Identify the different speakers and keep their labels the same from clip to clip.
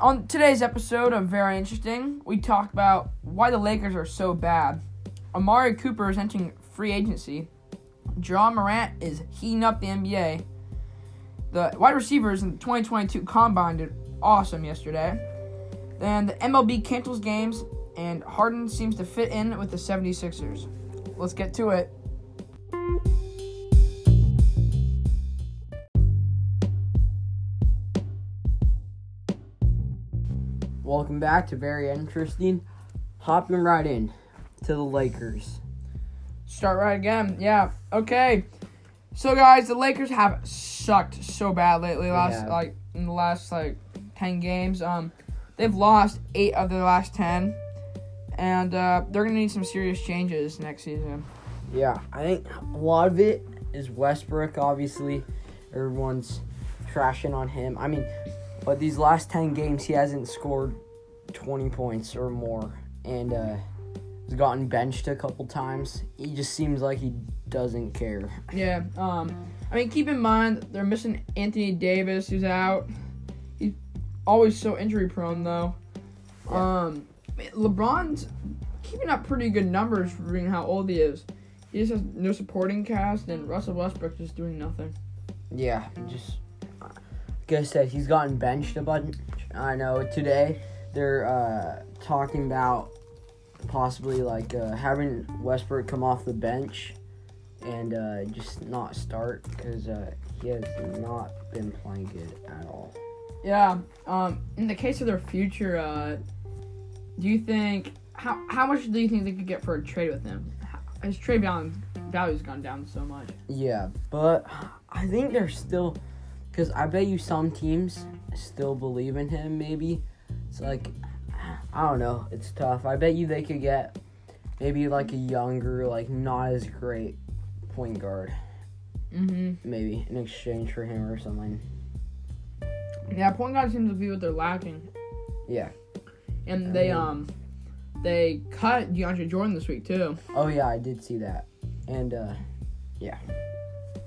Speaker 1: On today's episode of Very Interesting, we talk about why the Lakers are so bad. Amari Cooper is entering free agency. John Morant is heating up the NBA. The wide receivers in the 2022 combine did awesome yesterday. And the MLB cancels games, and Harden seems to fit in with the 76ers. Let's get to it.
Speaker 2: Welcome back to Very Interesting. Hopping right in to the Lakers.
Speaker 1: Start right again. Yeah. Okay. So guys, the Lakers have sucked so bad lately. Last
Speaker 2: have.
Speaker 1: like in the last like ten games, um, they've lost eight of their last ten, and uh, they're gonna need some serious changes next season.
Speaker 2: Yeah, I think a lot of it is Westbrook, obviously. Everyone's trashing on him. I mean, but these last 10 games, he hasn't scored 20 points or more. And uh, he's gotten benched a couple times. He just seems like he doesn't care.
Speaker 1: Yeah. Um, I mean, keep in mind they're missing Anthony Davis, who's out. He's always so injury prone, though. Um, I mean, LeBron's keeping up pretty good numbers for being how old he is. He just has no supporting cast, and Russell Westbrook just doing nothing.
Speaker 2: Yeah, just like I said, he's gotten benched a bunch. I know today they're uh, talking about possibly like uh, having Westbrook come off the bench and uh, just not start because uh, he has not been playing good at all.
Speaker 1: Yeah. Um, in the case of their future, uh, do you think how how much do you think they could get for a trade with him? How- His trade value value's gone down so much.
Speaker 2: Yeah, but I think they're still because I bet you some teams still believe in him. Maybe it's like I don't know. It's tough. I bet you they could get maybe like a younger, like not as great point guard,
Speaker 1: Mm-hmm.
Speaker 2: maybe in exchange for him or something.
Speaker 1: Yeah, point guard seems to be what they're lacking.
Speaker 2: Yeah.
Speaker 1: And they um they cut DeAndre Jordan this week too.
Speaker 2: Oh yeah, I did see that. And uh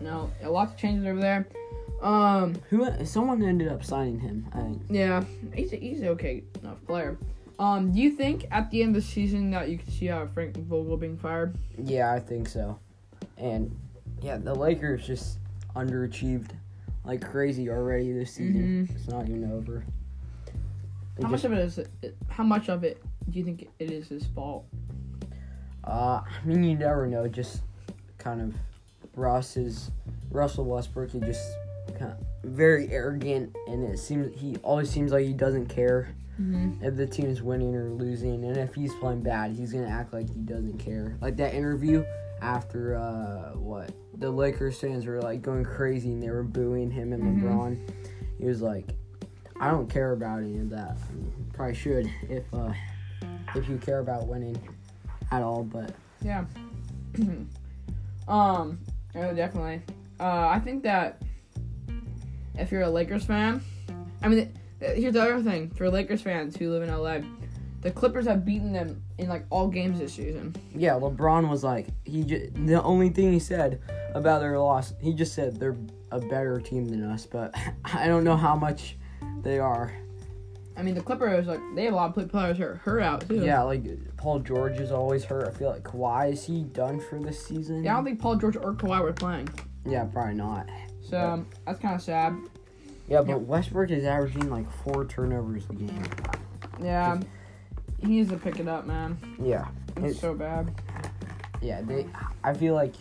Speaker 1: No, a lot of changes over there. Um,
Speaker 2: who? Someone ended up signing him. I think.
Speaker 1: yeah, he's a, he's an okay enough player. Um, do you think at the end of the season that you could see uh, Frank Vogel being fired?
Speaker 2: Yeah, I think so. And yeah, the Lakers just underachieved like crazy already this season. It's not even over. They
Speaker 1: Mm-hmm. How much
Speaker 2: just-
Speaker 1: of it is it, how much of it do you think it is his fault?
Speaker 2: uh, I mean, you never know. Just kind of Russ is Russell Westbrook. He just kind of very arrogant, and it seems he always seems like he doesn't care
Speaker 1: Mm-hmm.
Speaker 2: if the team is winning or losing, and if he's playing bad, he's gonna act like he doesn't care. Like that interview after uh, what the Lakers fans were like going crazy and they were booing him
Speaker 1: Mhm.
Speaker 2: and LeBron. He was like, "I don't care about any of that. I mean, probably should if uh, if you care about winning at all, but
Speaker 1: Yeah. um. Oh, definitely. Uh, I think that if you're a Lakers fan, I mean, th- here's the other thing for Lakers fans who live in LA, the Clippers have beaten them in like all games this season.
Speaker 2: yeah." LeBron was like, he ju- the only thing he said about their loss, he just said they're a better team than us, but I don't know how much they are.
Speaker 1: I mean, the Clippers like they have a lot of players hurt, hurt out too.
Speaker 2: Yeah, like Paul George is always hurt. I feel like Kawhi is he done for this season?
Speaker 1: Yeah, I don't think Paul George or Kawhi were playing,
Speaker 2: Yeah, probably not.
Speaker 1: so um, that's kind of sad.
Speaker 2: Yeah, but Westbrook is averaging like four turnovers a game.
Speaker 1: Yeah, he needs to pick it up, man.
Speaker 2: Yeah,
Speaker 1: It's
Speaker 2: It's-
Speaker 1: so bad.
Speaker 2: yeah. They, I feel like,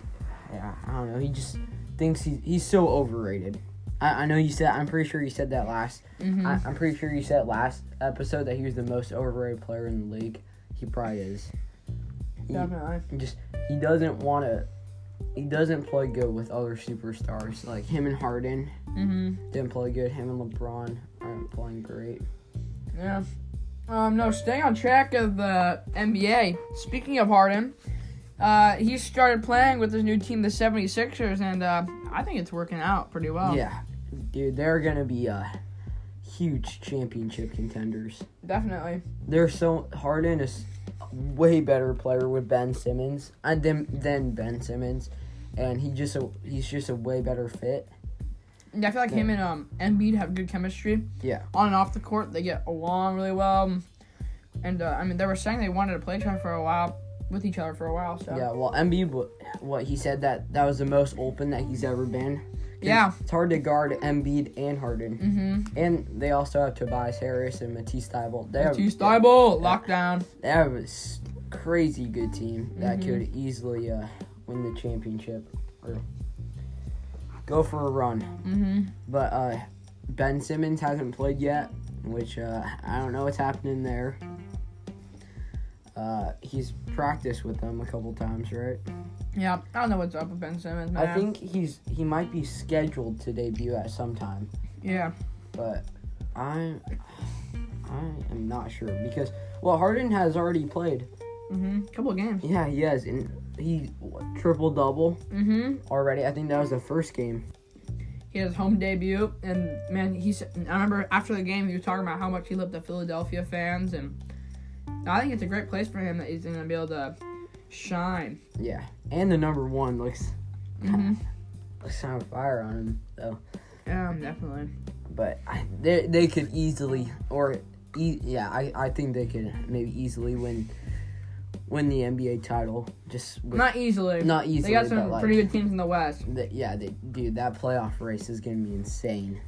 Speaker 2: yeah, I don't know. He just thinks he's he's so overrated. I, I know you said. I'm pretty sure you said that last.
Speaker 1: Mhm.
Speaker 2: I, I'm pretty sure you said last episode that he was the most overrated player in the league. He probably is. He-
Speaker 1: Definitely.
Speaker 2: He just he doesn't want to. He doesn't play good with other superstars like him and Harden.
Speaker 1: Mm-hmm.
Speaker 2: didn't play good. Him and LeBron aren't playing great.
Speaker 1: Yeah. Um, no, staying on track of the NBA, speaking of Harden, uh, he started playing with his new team, the 76ers, and uh, I think it's working out pretty well.
Speaker 2: Yeah, dude, they're gonna be a uh, huge championship contenders.
Speaker 1: Definitely.
Speaker 2: They're so Harden is way better player with Ben Simmons and then than Ben Simmons, and he just a, he's just a way better fit.
Speaker 1: Yeah, I feel like him and um Embiid have good chemistry.
Speaker 2: Yeah.
Speaker 1: On and off the court, they get along really well. And uh, I mean, they were saying they wanted to play each other for a while, with each other for a while. So
Speaker 2: Yeah, well, Embiid, wa- what he said that that was the most open that he's ever been. 'Cause
Speaker 1: Yeah.
Speaker 2: it's hard to guard Embiid and Harden,
Speaker 1: Mm-hmm.
Speaker 2: and they also have Tobias Harris and Matisse Thybulle. They have
Speaker 1: Matisse Thybulle, lockdown.
Speaker 2: They have a s- crazy good team that could easily uh, win the championship or go for a run.
Speaker 1: Mm-hmm.
Speaker 2: But uh, Ben Simmons hasn't played yet, which uh, I don't know what's happening there. Uh, he's practiced with them a couple times, right?
Speaker 1: Yeah, I don't know what's up with Ben Simmons. Man.
Speaker 2: I think he's he might be scheduled to debut at some time,
Speaker 1: Yeah.
Speaker 2: but I I am not sure because well Harden has already played.
Speaker 1: Mm-hmm. Couple of games.
Speaker 2: Yeah, he has, and he triple double
Speaker 1: Mm-hmm.
Speaker 2: already. I think that was the first game.
Speaker 1: He had his home debut, and man, he's. I remember after the game, he was talking about how much he loved the Philadelphia fans, and I think it's a great place for him that he's gonna be able to shine.
Speaker 2: Yeah, and the number one looks
Speaker 1: Mm-hmm.
Speaker 2: looks on fire on him though.
Speaker 1: Yeah, Um, definitely.
Speaker 2: But I, they they could easily or e- yeah I I think they could maybe easily win win the NBA title just with,
Speaker 1: Not easily.
Speaker 2: not easily.
Speaker 1: They got
Speaker 2: but
Speaker 1: some
Speaker 2: like,
Speaker 1: pretty good teams in the West.
Speaker 2: Th- yeah, they, dude, that playoff race is gonna be insane.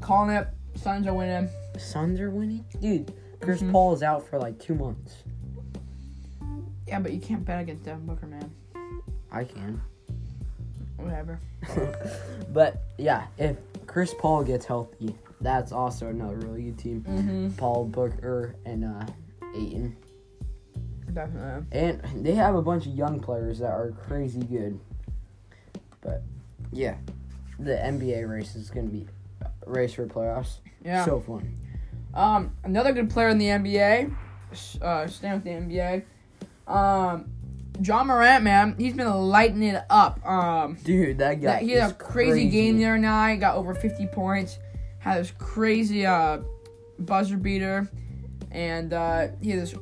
Speaker 1: Calling it, Suns are winning.
Speaker 2: The Suns are winning, dude. Chris
Speaker 1: Mhm.
Speaker 2: Paul is out for like two months.
Speaker 1: Yeah, but you can't bet against Devin Booker, man.
Speaker 2: I can,
Speaker 1: Whatever.
Speaker 2: but yeah, if Chris Paul gets healthy, that's also another really good team.
Speaker 1: Mm-hmm.
Speaker 2: Paul Booker and uh, Aiton,
Speaker 1: Definitely.
Speaker 2: and they have a bunch of young players that are crazy good. But yeah, the NBA race is gonna be a race for playoffs.
Speaker 1: Yeah.
Speaker 2: so fun.
Speaker 1: Um, another good player in the NBA, uh, staying with the NBA, um, John Morant, man, he's been lighting it up. Um,
Speaker 2: Dude, that guy.
Speaker 1: that, he had
Speaker 2: is
Speaker 1: a crazy, game
Speaker 2: crazy.
Speaker 1: the other night, got over 50 points, had this crazy uh, buzzer beater, and uh, he had this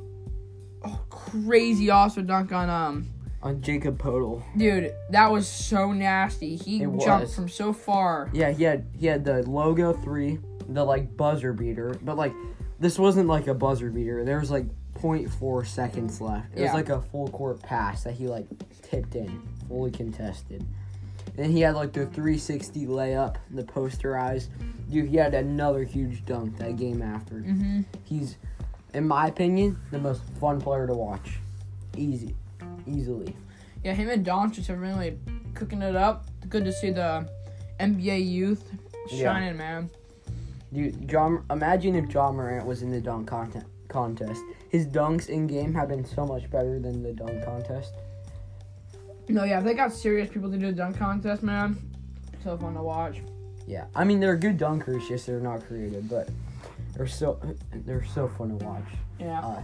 Speaker 1: oh, crazy also dunk on um,
Speaker 2: on Jacob Podol.
Speaker 1: dude, that was so nasty. He
Speaker 2: It
Speaker 1: jumped
Speaker 2: was.
Speaker 1: from so far.
Speaker 2: Yeah, he had he had the logo three, the like buzzer beater, but like this wasn't like a buzzer beater. There was like 0.4 seconds left. It
Speaker 1: Yeah.
Speaker 2: was like a full court pass that he like tipped in, fully contested. Then he had like the 360 layup, the posterized. Dude, he had another huge dunk that game after.
Speaker 1: Mm-hmm.
Speaker 2: He's, in my opinion, the most fun player to watch. Easy, easily.
Speaker 1: Yeah, him and Doncic have been really cooking it up. Good to see the NBA youth
Speaker 2: Yeah.
Speaker 1: shining, man.
Speaker 2: Dude, John, imagine if John Morant was in the dunk content, contest. His dunks in game have been so much better than the dunk contest.
Speaker 1: No, yeah, if they got serious people to do the dunk contest, man, so fun to watch.
Speaker 2: Yeah, I mean they're good dunkers, just they're not creative, but they're so they're so fun to watch.
Speaker 1: Yeah.
Speaker 2: Uh,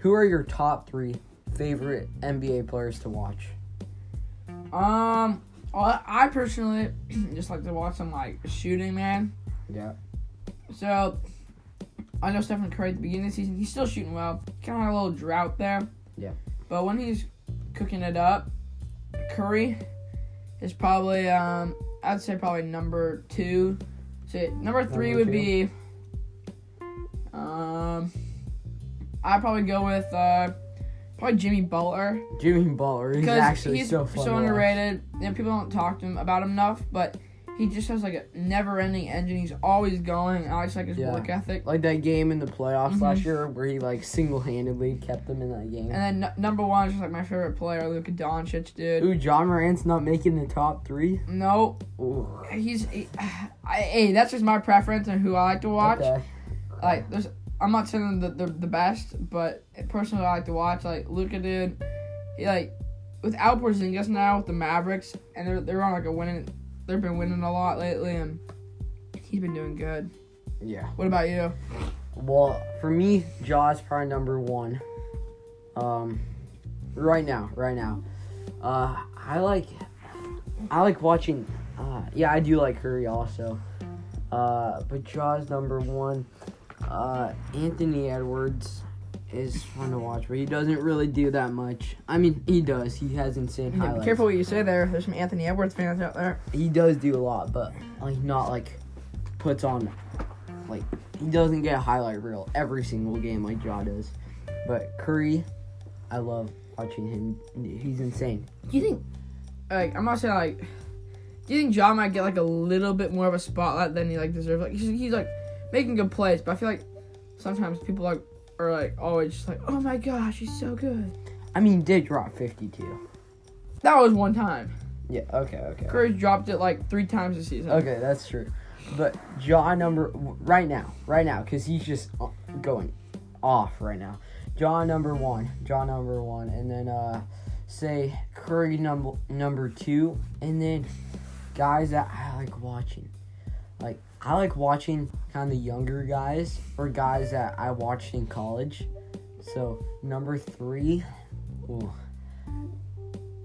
Speaker 2: who are your top three favorite NBA players to watch?
Speaker 1: Um, well, I personally just like to watch some like shooting, man.
Speaker 2: Yeah,
Speaker 1: So I know Stephen Curry at the beginning of the season, he's still shooting well. Kind of had a little drought there.
Speaker 2: Yeah.
Speaker 1: But when he's cooking it up, Curry is probably um I'd say probably number two. So number three
Speaker 2: Number
Speaker 1: would be um I'd probably go with uh probably Jimmy Butler.
Speaker 2: Jimmy Butler. He's
Speaker 1: Because
Speaker 2: actually so fun. to watch.
Speaker 1: underrated, and people don't talk to him about him enough. But he just has like a never-ending engine. He's always going. and I just like his
Speaker 2: Yeah.
Speaker 1: work ethic.
Speaker 2: Like that game in the playoffs
Speaker 1: Mhm.
Speaker 2: last year where he like single handedly kept them in that game.
Speaker 1: And then n- number one is just like my favorite player, Luka Doncic, dude.
Speaker 2: Ooh, John Morant's not making the top three.
Speaker 1: No,
Speaker 2: Ooh.
Speaker 1: he's he, I, hey, that's just my preference and who I like to watch.
Speaker 2: Okay.
Speaker 1: Like, there's I'm not saying that they're the best, but personally, I like to watch like Luka, dude. He like without Porzingis now with the Mavericks, and they're they're on like a winning. They've been winning a lot lately, and he's been doing good.
Speaker 2: Yeah.
Speaker 1: What about you?
Speaker 2: Well, for me, Jaws probably number one. Um, right now, right now, uh, I like, I like watching. Uh, yeah, I do like Curry also, Uh, but Jaws number one. Uh, Anthony Edwards is fun to watch, but he doesn't really do that much. I mean, he does. He has insane
Speaker 1: Yeah,
Speaker 2: highlights.
Speaker 1: be careful what you say there. There's some Anthony Edwards fans out there.
Speaker 2: He does do a lot, but like not like puts on like he doesn't get a highlight reel every single game like Jaw does. But Curry, I love watching him. He's insane.
Speaker 1: Do you think, like, I'm not saying like, do you think John might get like a little bit more of a spotlight than he like deserves? Like, he's, he's like making good plays, but I feel like sometimes people like are like always just like, oh my gosh, he's so good.
Speaker 2: I mean, he did drop 52.
Speaker 1: That was one time.
Speaker 2: Yeah. Okay. Okay.
Speaker 1: Curry's dropped it like three times this season.
Speaker 2: Okay, that's true. But jaw number right now, right now, because he's just o- going off right now. Jaw number one, jaw number one, and then uh, say Curry number number two, and then guys that I like watching, like I like watching kind of younger guys or guys that I watched in college. So number three, ooh,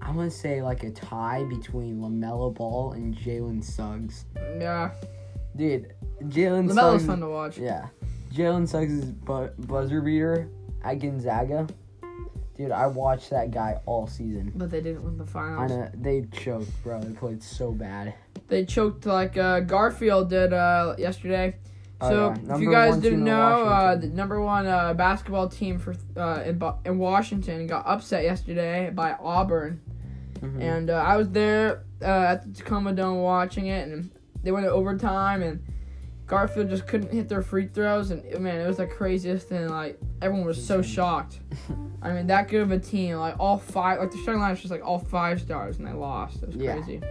Speaker 2: I'm gonna say like a tie between Lamelo Ball and Jalen Suggs.
Speaker 1: Yeah,
Speaker 2: Dude, Jalen
Speaker 1: Lamelo's
Speaker 2: Suggs.
Speaker 1: fun to watch.
Speaker 2: Yeah, Jalen Suggs' bu- buzzer beater at Gonzaga. Dude, I watched that guy all season.
Speaker 1: But they didn't win the
Speaker 2: I
Speaker 1: finals.
Speaker 2: know they choked, bro. They played so bad.
Speaker 1: They choked like uh, Garfield did uh, yesterday.
Speaker 2: Oh, yeah.
Speaker 1: So if
Speaker 2: Number
Speaker 1: you guys
Speaker 2: one
Speaker 1: didn't
Speaker 2: team in
Speaker 1: know, uh, the
Speaker 2: Washington.
Speaker 1: number one uh, basketball team for uh, in, Bo- in Washington got upset yesterday by Auburn,
Speaker 2: Mhm.
Speaker 1: and uh, I was there uh, at the Tacoma Dome watching it, and they went to overtime, and Garfield just couldn't hit their free throws, and oh, man, it was the craziest thing. Like everyone was so shocked. I mean, that good of a team, like all five, like the starting line was just like all five stars, and they lost. It was
Speaker 2: Yeah.
Speaker 1: crazy.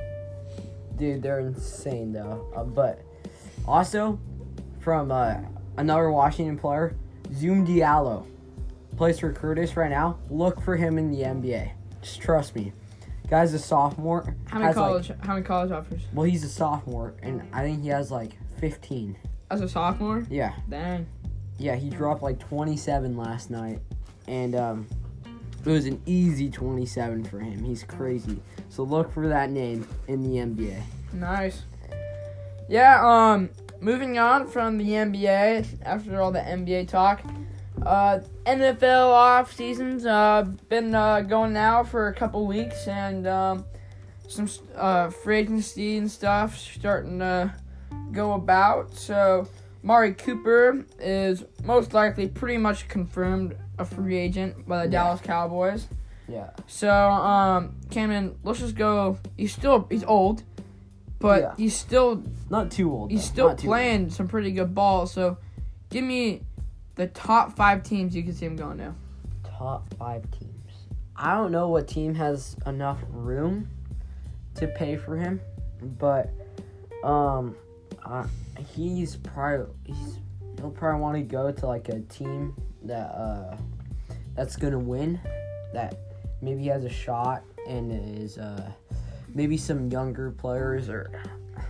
Speaker 2: Dude, they're insane though. Uh, but also from uh, another Washington player, Zoom Diallo, plays for Curtis right now. Look for him in the NBA. Just trust me. Guy's a sophomore.
Speaker 1: How many
Speaker 2: has, like-
Speaker 1: college? how many college offers?
Speaker 2: well, he's a sophomore, and I think he has like 15.
Speaker 1: As a sophomore?
Speaker 2: Yeah.
Speaker 1: Dang.
Speaker 2: Yeah, he dropped like 27 last night, and um, it was an easy 27 for him. He's crazy. So look for that name in the NBA.
Speaker 1: Nice. Yeah, um moving on from the NBA after all the NBA talk. Uh NFL off seasons uh been uh, going now for a couple weeks and um some uh free agency and stuff starting to go about. So Mari Cooper is most likely pretty much confirmed a free agent by the
Speaker 2: Yeah.
Speaker 1: Dallas Cowboys.
Speaker 2: Yeah.
Speaker 1: So, um, Cameron, let's just go. He's still he's old, but
Speaker 2: Yeah.
Speaker 1: he's still
Speaker 2: Not too old.
Speaker 1: he's
Speaker 2: though.
Speaker 1: still
Speaker 2: Not too
Speaker 1: playing some pretty good ball. So, give me the top five teams you can see him going to.
Speaker 2: old. Top five teams. I don't know what team has enough room to pay for him, but um, I, he's probably he's he'll probably want to go to like a team that uh that's gonna win that maybe has a shot and is uh maybe some younger players or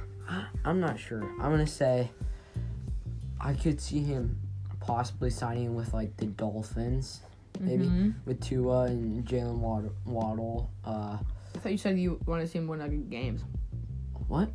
Speaker 2: I'm not sure. I'm gonna say I could see him possibly signing with like the Dolphins, maybe
Speaker 1: Mhm.
Speaker 2: with Tua and Jalen Waddle. Waddle. Uh,
Speaker 1: I thought you said you wanted to see him win like games.
Speaker 2: what?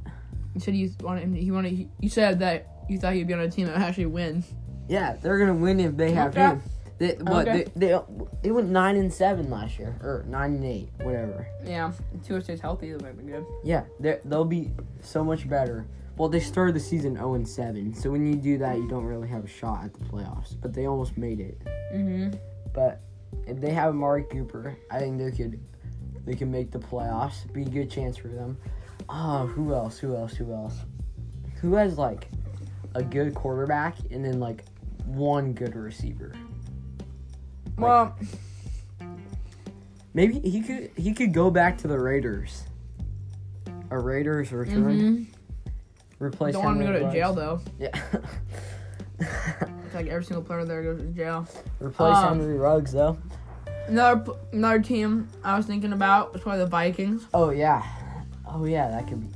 Speaker 1: You said you wanted him. He wanted. You said that you thought he'd be on a team that would actually win.
Speaker 2: Yeah, they're gonna win if they have
Speaker 1: Okay.
Speaker 2: him. They, what,
Speaker 1: Okay.
Speaker 2: they, they they went nine and seven last year, or nine and eight, whatever.
Speaker 1: Yeah, if Tua stays healthy, that might be good.
Speaker 2: Yeah, they're- they'll be so much better. Well, they started the season zero and seven, so when you do that, you don't really have a shot at the playoffs. But they almost made it.
Speaker 1: Mm-hmm.
Speaker 2: But if they have Amari Cooper, I think they could they can make the playoffs. Be a good chance for them. Oh, who else? Who else? Who else? Who has like a good quarterback and then like one good receiver?
Speaker 1: Well,
Speaker 2: Maybe he could he could go back to the Raiders. A Raiders return.
Speaker 1: hmm
Speaker 2: Replace.
Speaker 1: don't want him to go
Speaker 2: Henry
Speaker 1: to
Speaker 2: Ruggs.
Speaker 1: jail though.
Speaker 2: Yeah.
Speaker 1: It's like every single player there goes to jail.
Speaker 2: Replace
Speaker 1: Um,
Speaker 2: Henry Ruggs though.
Speaker 1: Another p- another team I was thinking about was probably the Vikings,
Speaker 2: Oh yeah. Oh yeah, that could be.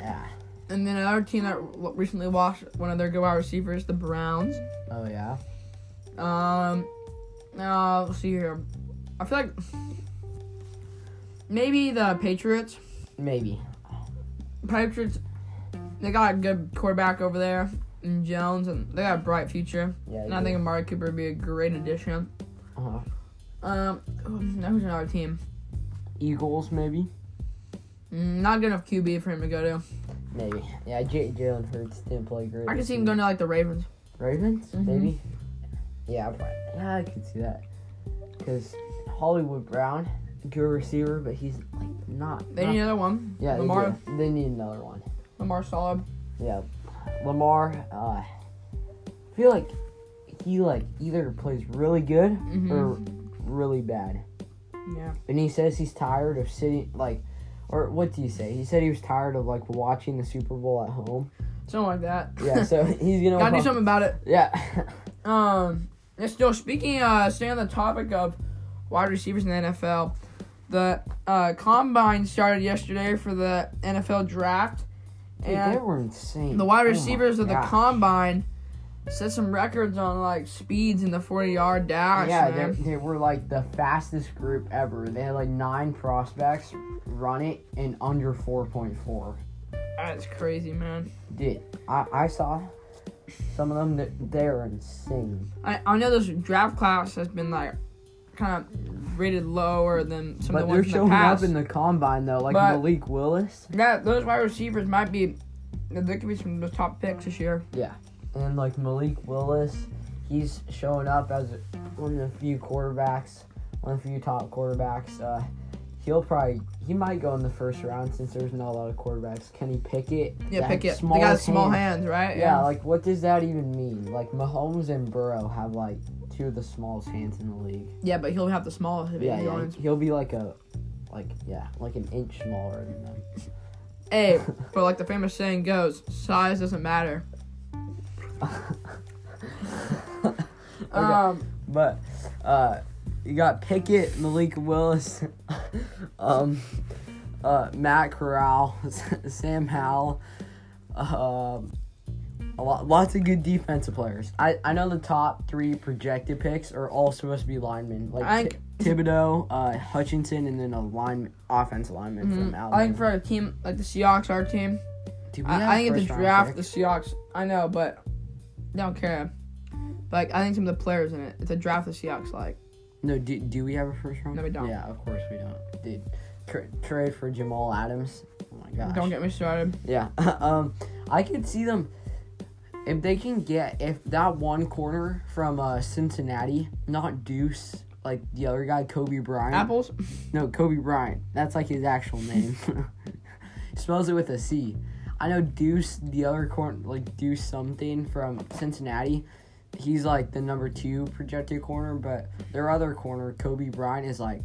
Speaker 2: Yeah.
Speaker 1: and then another team that w- recently lost one of their good wide receivers, the Browns.
Speaker 2: Oh yeah.
Speaker 1: Um, now let's see here. I feel like maybe the Patriots.
Speaker 2: Maybe.
Speaker 1: Patriots They got a good quarterback over there in Jones, and they got a bright future.
Speaker 2: Yeah.
Speaker 1: And I think Amari Cooper would be a great addition.
Speaker 2: uh
Speaker 1: Um, who- who's another team?
Speaker 2: Eagles maybe.
Speaker 1: Mm, Not good enough QB for him to go to.
Speaker 2: Maybe. Yeah, J- Jalen Hurts didn't play great.
Speaker 1: I can
Speaker 2: this
Speaker 1: see him
Speaker 2: year.
Speaker 1: going to like the Ravens.
Speaker 2: Ravens,
Speaker 1: Mhm.
Speaker 2: maybe. Yeah, I probably, yeah, I could see that. Because Hollywood Brown, good receiver, but he's like not.
Speaker 1: They
Speaker 2: not-
Speaker 1: need another one.
Speaker 2: yeah, they
Speaker 1: Lamar.
Speaker 2: do. They need another one.
Speaker 1: Lamar solid.
Speaker 2: Yeah, Lamar. Uh, I feel like he like either plays really good
Speaker 1: Mhm.
Speaker 2: or really bad.
Speaker 1: Yeah.
Speaker 2: And he says he's tired of sitting like, or what do you say? He said he was tired of like watching the Super Bowl at home.
Speaker 1: Something like that.
Speaker 2: Yeah, so he's gonna.
Speaker 1: Gotta do something about it.
Speaker 2: Yeah.
Speaker 1: Um, and still speaking, uh, staying on the topic of wide receivers in the NFL, the uh, combine started yesterday for the NFL draft,
Speaker 2: Dude,
Speaker 1: and
Speaker 2: they were insane.
Speaker 1: the wide
Speaker 2: Oh my
Speaker 1: receivers of the
Speaker 2: gosh.
Speaker 1: combine set some records on like speeds in the forty yard dash.
Speaker 2: yeah, they,
Speaker 1: man.
Speaker 2: they were like the fastest group ever. They had like nine prospects run it in under 4.4.
Speaker 1: that's crazy, man.
Speaker 2: Dude, I, I saw some of them. that- They are insane.
Speaker 1: I, I know this draft class has been like kind of rated lower than some
Speaker 2: but
Speaker 1: of the
Speaker 2: they're
Speaker 1: ones in the
Speaker 2: showing
Speaker 1: past.
Speaker 2: up in the combine though, like
Speaker 1: But-
Speaker 2: Malik Willis
Speaker 1: yeah, those wide receivers might be. There could be some of the top picks this year.
Speaker 2: and like Malik Willis. He's showing up as one of the few quarterbacks, one of the few top quarterbacks. Uh, he'll probably he might go in the first round since there's not a lot of quarterbacks. Kenny Pickett,
Speaker 1: Yeah,
Speaker 2: that
Speaker 1: pick it. They
Speaker 2: smallest
Speaker 1: got small
Speaker 2: hand.
Speaker 1: hands, right?
Speaker 2: Yeah, like what does that even mean? Like Mahomes and Burrow have like two of the smallest hands in the league.
Speaker 1: yeah, but he'll have the smallest of
Speaker 2: Yeah,
Speaker 1: his
Speaker 2: yeah.
Speaker 1: joints.
Speaker 2: He'll be like a like yeah, like an inch smaller than them.
Speaker 1: Hey, but like the famous saying goes, size doesn't matter. Um,
Speaker 2: But uh you got Pickett, Malik Willis, um uh Matt Corral, Sam Howell, um a lot, lots of good defensive players. I, I know the top three projected picks are all supposed to be linemen, like
Speaker 1: I
Speaker 2: Ti- Thibodeau, uh, Hutchinson, and then a line offense lineman from
Speaker 1: mhm.
Speaker 2: Alabama.
Speaker 1: I think for a team like the Seahawks, our team,
Speaker 2: Dude, we had a
Speaker 1: I, I think if the
Speaker 2: first-round
Speaker 1: draft,
Speaker 2: pick.
Speaker 1: the Seahawks, I know, but I don't care. But, like I think some of the players in it, it's a draft the Seahawks like.
Speaker 2: No, do, do we have a first round?
Speaker 1: No, we don't.
Speaker 2: Yeah, of course we don't. Dude, tra- trade for Jamal Adams. Oh my gosh.
Speaker 1: Don't get me started.
Speaker 2: Yeah. um, I could see them if they can get if that one corner from uh Cincinnati, not Deuce, like the other guy, Kobe Bryant.
Speaker 1: Apples.
Speaker 2: No, Kobe Bryant. That's like his actual name. He Spells it with a C. I know Deuce, the other corner, like Deuce something from Cincinnati. He's like the number two projected corner, but their other corner, Kobe Bryant, is like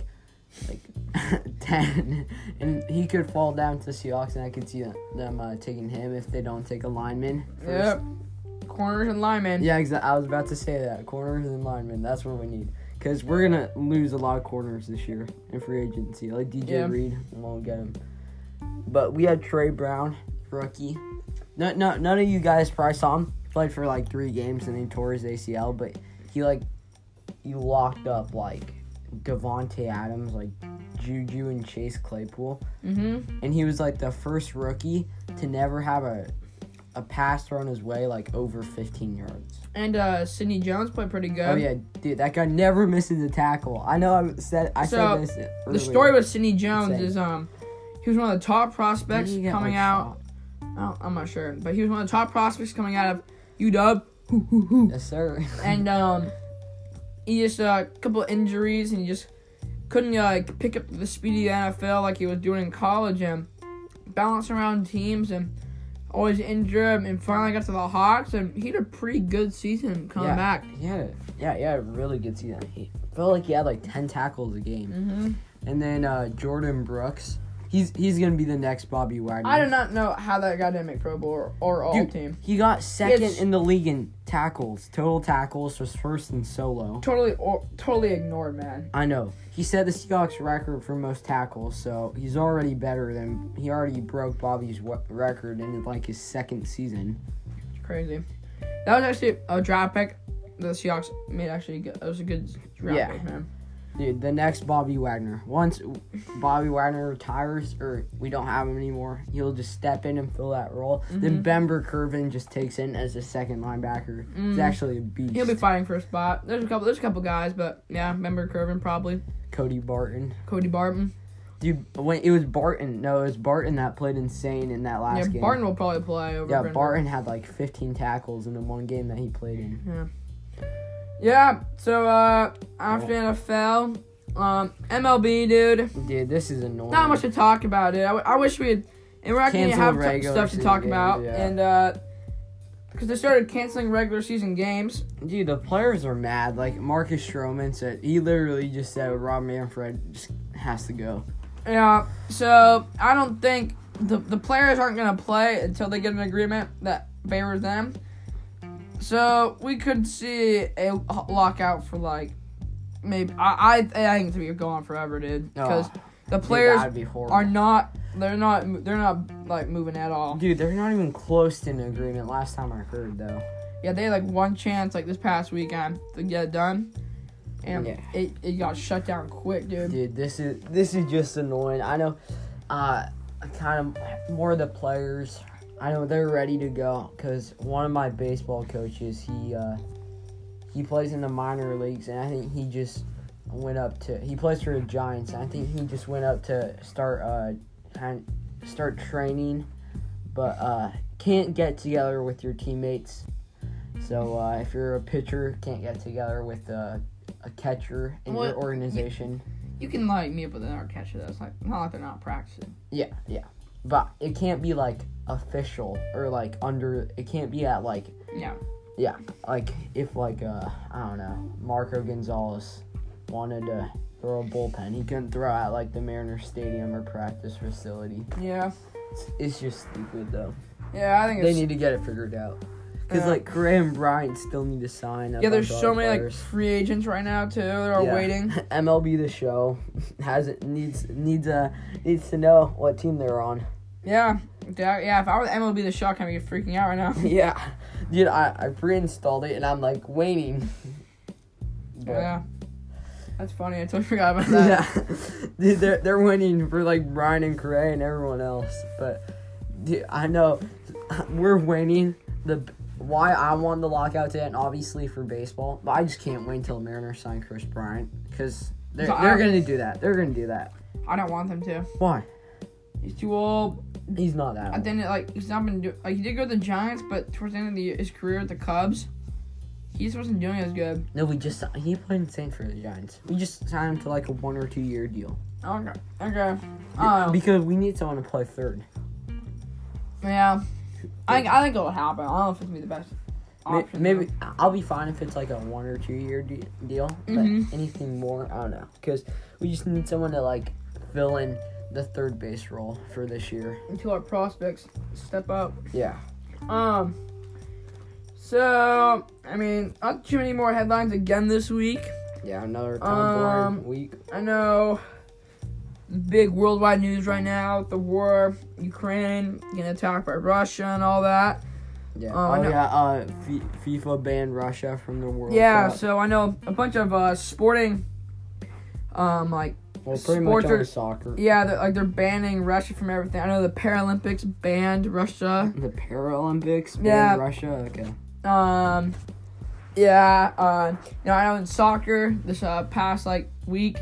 Speaker 2: like ten, and he could fall down to Seahawks, and I could see them uh, taking him if they don't take a lineman. First.
Speaker 1: Yep. Corners and linemen.
Speaker 2: Yeah, exactly. I was about to say that corners and linemen. That's what we need because we're gonna lose a lot of corners this year in free agency. Like DJ
Speaker 1: Yeah.
Speaker 2: Reed, we won't get him. But we had Trey Brown, rookie. No, no, none of you guys probably saw him. He played for like three games and then tore his ACL. But he like he locked up like Devonte Adams, like Juju and Chase Claypool
Speaker 1: hmm
Speaker 2: and he was like the first rookie to never have a a pass thrown his way like over 15 yards.
Speaker 1: And uh, Sidney Jones played pretty good.
Speaker 2: Oh yeah, dude, that guy never misses a tackle. I know I said I
Speaker 1: So,
Speaker 2: said this. Earlier.
Speaker 1: The story with Sidney Jones
Speaker 2: Insane.
Speaker 1: is um, he was one of the top prospects
Speaker 2: He got,
Speaker 1: coming
Speaker 2: like,
Speaker 1: out.
Speaker 2: shot.
Speaker 1: I don't, I'm not sure, but he was one of the top prospects coming out of UW. Hoo, hoo, hoo.
Speaker 2: Yes, sir.
Speaker 1: And um, he just uh, a couple of injuries, and he just couldn't uh, like pick up the speedy NFL like he was doing in college, and bouncing around teams and always injured. And finally got to the Hawks, and he had a pretty good season coming
Speaker 2: Yeah.
Speaker 1: back.
Speaker 2: he had a, yeah, yeah, really good season. He felt like he had like 10 tackles a game.
Speaker 1: hmm
Speaker 2: And then uh, Jordan Brooks, he's he's gonna be the next Bobby Wagner.
Speaker 1: I do not know how that guy didn't make Pro Bowl or, or All
Speaker 2: Dude,
Speaker 1: Team.
Speaker 2: he got second
Speaker 1: It's-
Speaker 2: in the league in tackles, total tackles, was first in solo.
Speaker 1: Totally, or, totally ignored, man.
Speaker 2: I know. He set the Seahawks record for most tackles, so he's already better than he already broke Bobby's w- record in like his second season.
Speaker 1: It's crazy. That was actually a draft pick. that The Seahawks made actually. Good. That was a good draft
Speaker 2: Yeah.
Speaker 1: pick, man.
Speaker 2: Dude, the next Bobby Wagner. Once Bobby Wagner retires, or we don't have him anymore, he'll just step in and fill that role.
Speaker 1: Mm-hmm.
Speaker 2: Then Bember Curvin just takes in as a second linebacker. He's
Speaker 1: Mm.
Speaker 2: actually a beast.
Speaker 1: He'll be fighting for a spot. There's a couple. There's a couple guys, but yeah, remember Curvin probably
Speaker 2: Cody Barton.
Speaker 1: Cody Barton.
Speaker 2: Dude, when it was Barton. No, it was Barton that played insane in that last
Speaker 1: yeah,
Speaker 2: game.
Speaker 1: Barton will probably play over.
Speaker 2: yeah,
Speaker 1: Brendan.
Speaker 2: Barton had like 15 tackles in the one game that he played in.
Speaker 1: Yeah. So uh, after NFL, um, MLB, dude.
Speaker 2: Dude, this is annoying.
Speaker 1: Not much to talk about, dude. I, w- I wish we had. And we're not gonna
Speaker 2: Cancel
Speaker 1: have t-
Speaker 2: regular
Speaker 1: stuff to
Speaker 2: season
Speaker 1: talk
Speaker 2: games,
Speaker 1: about,
Speaker 2: yeah.
Speaker 1: and uh, because they started canceling regular season games.
Speaker 2: Dude, the players are mad. Like Marcus Stroman said, he literally just said Rob Manfred just has to go.
Speaker 1: Yeah. So I don't think the the players aren't gonna play until they get an agreement that favors them. So we could see a lo- lockout for like maybe I I, I think it's gonna go on forever, dude. Because
Speaker 2: Oh,
Speaker 1: the players
Speaker 2: dude, that'd be horrible.
Speaker 1: are not they're not they're not like moving at all.
Speaker 2: Dude, they're not even close to an agreement. Last time I heard, though.
Speaker 1: Yeah, they had like one chance like this past weekend to get it done, and
Speaker 2: Yeah.
Speaker 1: it, it got shut down quick, dude.
Speaker 2: Dude, this is this is just annoying. I know, uh, kind of more of the players. I know they're ready to go because one of my baseball coaches, he uh, he plays in the minor leagues, and I think he just went up to. He plays for the Giants. And I think he just went up to start uh, kind start training, but uh, can't get together with your teammates. So uh, if you're a pitcher, can't get together with uh, a catcher in
Speaker 1: What-
Speaker 2: your organization.
Speaker 1: You can like meet up with another catcher that's like not like they're not practicing.
Speaker 2: Yeah, yeah. But it can't be like official or like under. It can't be at like
Speaker 1: Yeah.
Speaker 2: yeah, like if like uh I don't know Marco Gonzalez wanted to throw a bullpen, he couldn't throw at like the Mariners Stadium or practice facility.
Speaker 1: Yeah.
Speaker 2: It's, it's just stupid though.
Speaker 1: Yeah, I think
Speaker 2: They
Speaker 1: it's,
Speaker 2: need to get it figured out. Cause
Speaker 1: Yeah.
Speaker 2: like Correa and Bryant still need to sign. a
Speaker 1: yeah. There's
Speaker 2: bunch of
Speaker 1: so
Speaker 2: other
Speaker 1: many like
Speaker 2: players.
Speaker 1: free agents right now too. They're all
Speaker 2: Yeah.
Speaker 1: waiting.
Speaker 2: MLB the show has it needs needs uh needs to know what team they're on.
Speaker 1: Yeah, yeah. yeah, If I were the MLB, the shock, I'd be freaking out right now.
Speaker 2: Yeah, dude, I, I pre-installed it and I'm like waiting. But-
Speaker 1: Yeah. That's funny. I totally forgot about that.
Speaker 2: yeah, dude, they're they're waiting for like Brian and Correa and everyone else. But dude, I know we're waiting. The why I won the lockout to end, obviously for baseball, but I just can't wait until Mariners sign Chris Bryant because they're
Speaker 1: So I-
Speaker 2: they're gonna do that. They're gonna do that.
Speaker 1: I don't want them to.
Speaker 2: Why?
Speaker 1: He's too old.
Speaker 2: He's not that.
Speaker 1: And
Speaker 2: old.
Speaker 1: then like he's not been do- like he did go to the Giants, but towards the end of the, his career at the Cubs, he just wasn't doing as good.
Speaker 2: No, we just he played in Saint for the Giants. We just signed him to like a one or two year deal
Speaker 1: Okay. Okay. Um.
Speaker 2: because we need someone to play third.
Speaker 1: Yeah. I think I think it'll happen. I don't know if it's gonna be the best
Speaker 2: May-
Speaker 1: option.
Speaker 2: Maybe I'll be fine if it's like a one or two year de- deal, but
Speaker 1: Mhm.
Speaker 2: anything more, I don't know. Because we just need someone to like fill in the third base role for this year.
Speaker 1: until our prospects step up.
Speaker 2: Yeah.
Speaker 1: Um. So I mean, not too many more headlines again this week.
Speaker 2: Yeah, another kind of boring
Speaker 1: Um,
Speaker 2: week.
Speaker 1: I know big worldwide news right now with the war, Ukraine getting attacked by Russia and all that.
Speaker 2: Yeah.
Speaker 1: uh,
Speaker 2: oh,
Speaker 1: no-
Speaker 2: yeah. Uh, F- FIFA banned Russia from the World
Speaker 1: yeah,
Speaker 2: Cup.
Speaker 1: so I know a bunch of uh, sporting, um, like
Speaker 2: Well, pretty much
Speaker 1: sports
Speaker 2: only
Speaker 1: are-
Speaker 2: soccer.
Speaker 1: yeah, they're, like they're banning Russia from everything. I know the Paralympics banned Russia.
Speaker 2: The Paralympics banned
Speaker 1: Yeah.
Speaker 2: Russia. Okay.
Speaker 1: Um, yeah, uh, you know I know in soccer this uh, past like week,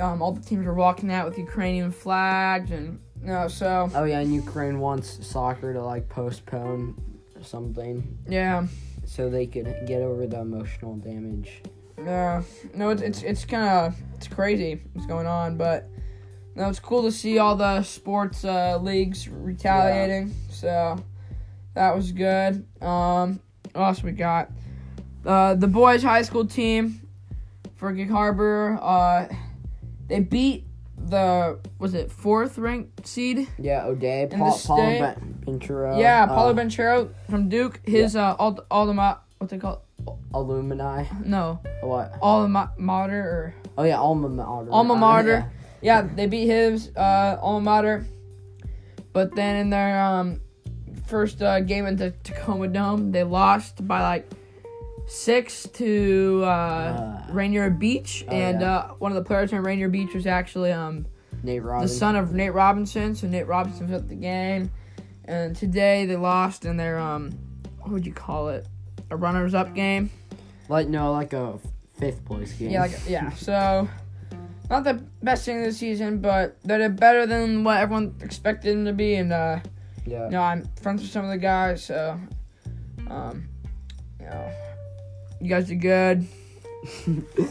Speaker 1: um, all the teams were walking out with Ukrainian flags and you know, so
Speaker 2: Oh yeah, and Ukraine wants soccer to like postpone something
Speaker 1: yeah.
Speaker 2: so they could get over the emotional damage.
Speaker 1: Yeah, no, it's it's it's kind of it's crazy what's going on, but no, it's cool to see all the sports uh, leagues retaliating. So that was good. Um, what else we got? Uh, the boys' high school team for Gig Harbor. Uh, they beat the was it fourth ranked seed?
Speaker 2: Yeah, O'Day,
Speaker 1: the
Speaker 2: Paul, Paul
Speaker 1: state-
Speaker 2: ben- Ventura.
Speaker 1: yeah, Paulo
Speaker 2: uh,
Speaker 1: Ventura from Duke. His uh, all all the what they call
Speaker 2: alumni.
Speaker 1: no
Speaker 2: What?
Speaker 1: all the mater or
Speaker 2: Oh yeah, alma mater.
Speaker 1: Alma
Speaker 2: Uh,
Speaker 1: mater. yeah. they beat Hibs, uh, alma mater. But then in their um, first uh, game at the Tacoma Dome, they lost by like six to uh,
Speaker 2: Uh,
Speaker 1: Rainier Beach,
Speaker 2: oh,
Speaker 1: and
Speaker 2: yeah.
Speaker 1: uh, one of the players in Rainier Beach was actually um
Speaker 2: Nate
Speaker 1: the
Speaker 2: Robinson.
Speaker 1: son of Nate Robinson. So Nate Robinson was at the game, and today they lost in their um what would you call it a runners up game?
Speaker 2: Like no, like a fifth place game.
Speaker 1: Yeah, like, yeah. So not the best thing of the season, but they're better than what everyone expected them to be, and uh.
Speaker 2: yeah.
Speaker 1: No, I'm friends with some of the guys, so um, you know, you guys did good.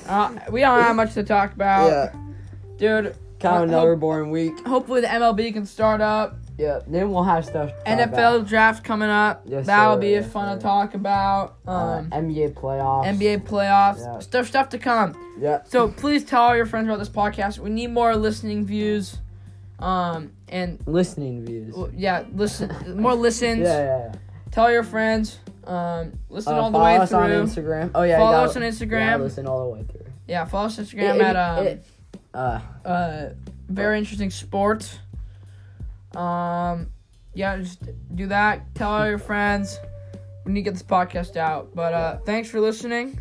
Speaker 1: uh, we don't have much to talk about, dude.
Speaker 2: Kind
Speaker 1: I-
Speaker 2: of another boring week.
Speaker 1: Hopefully the MLB can start up.
Speaker 2: Yeah. Then we'll have stuff. To talk
Speaker 1: NFL
Speaker 2: About.
Speaker 1: draft coming up.
Speaker 2: Yes,
Speaker 1: That'll
Speaker 2: sir,
Speaker 1: be
Speaker 2: yes,
Speaker 1: fun to
Speaker 2: sir.
Speaker 1: talk about.
Speaker 2: Uh,
Speaker 1: Um,
Speaker 2: NBA playoffs.
Speaker 1: NBA playoffs,
Speaker 2: Yeah.
Speaker 1: stuff, stuff to come.
Speaker 2: Yeah.
Speaker 1: So please tell all your friends about this podcast. We need more listening views, um, and
Speaker 2: Listening views.
Speaker 1: well, yeah, listen more listens.
Speaker 2: Yeah, yeah, yeah.
Speaker 1: Tell your friends. Um, listen
Speaker 2: Uh,
Speaker 1: all the
Speaker 2: follow
Speaker 1: way
Speaker 2: us
Speaker 1: through.
Speaker 2: on Instagram. Oh yeah.
Speaker 1: Follow
Speaker 2: you gotta-
Speaker 1: us on Instagram.
Speaker 2: Yeah, listen all the way through.
Speaker 1: Yeah, follow us on Instagram
Speaker 2: It-
Speaker 1: at um,
Speaker 2: it- Uh,
Speaker 1: uh, very interesting sports. Um, yeah, just do that. Tell all your friends. We need to get this podcast out. But uh, thanks for listening.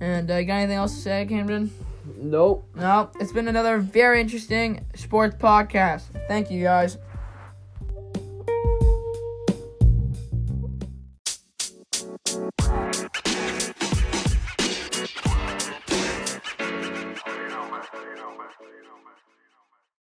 Speaker 1: And uh, you got anything else to say, Camden?
Speaker 2: nope.
Speaker 1: No, it's been another very interesting sports podcast. Thank you guys.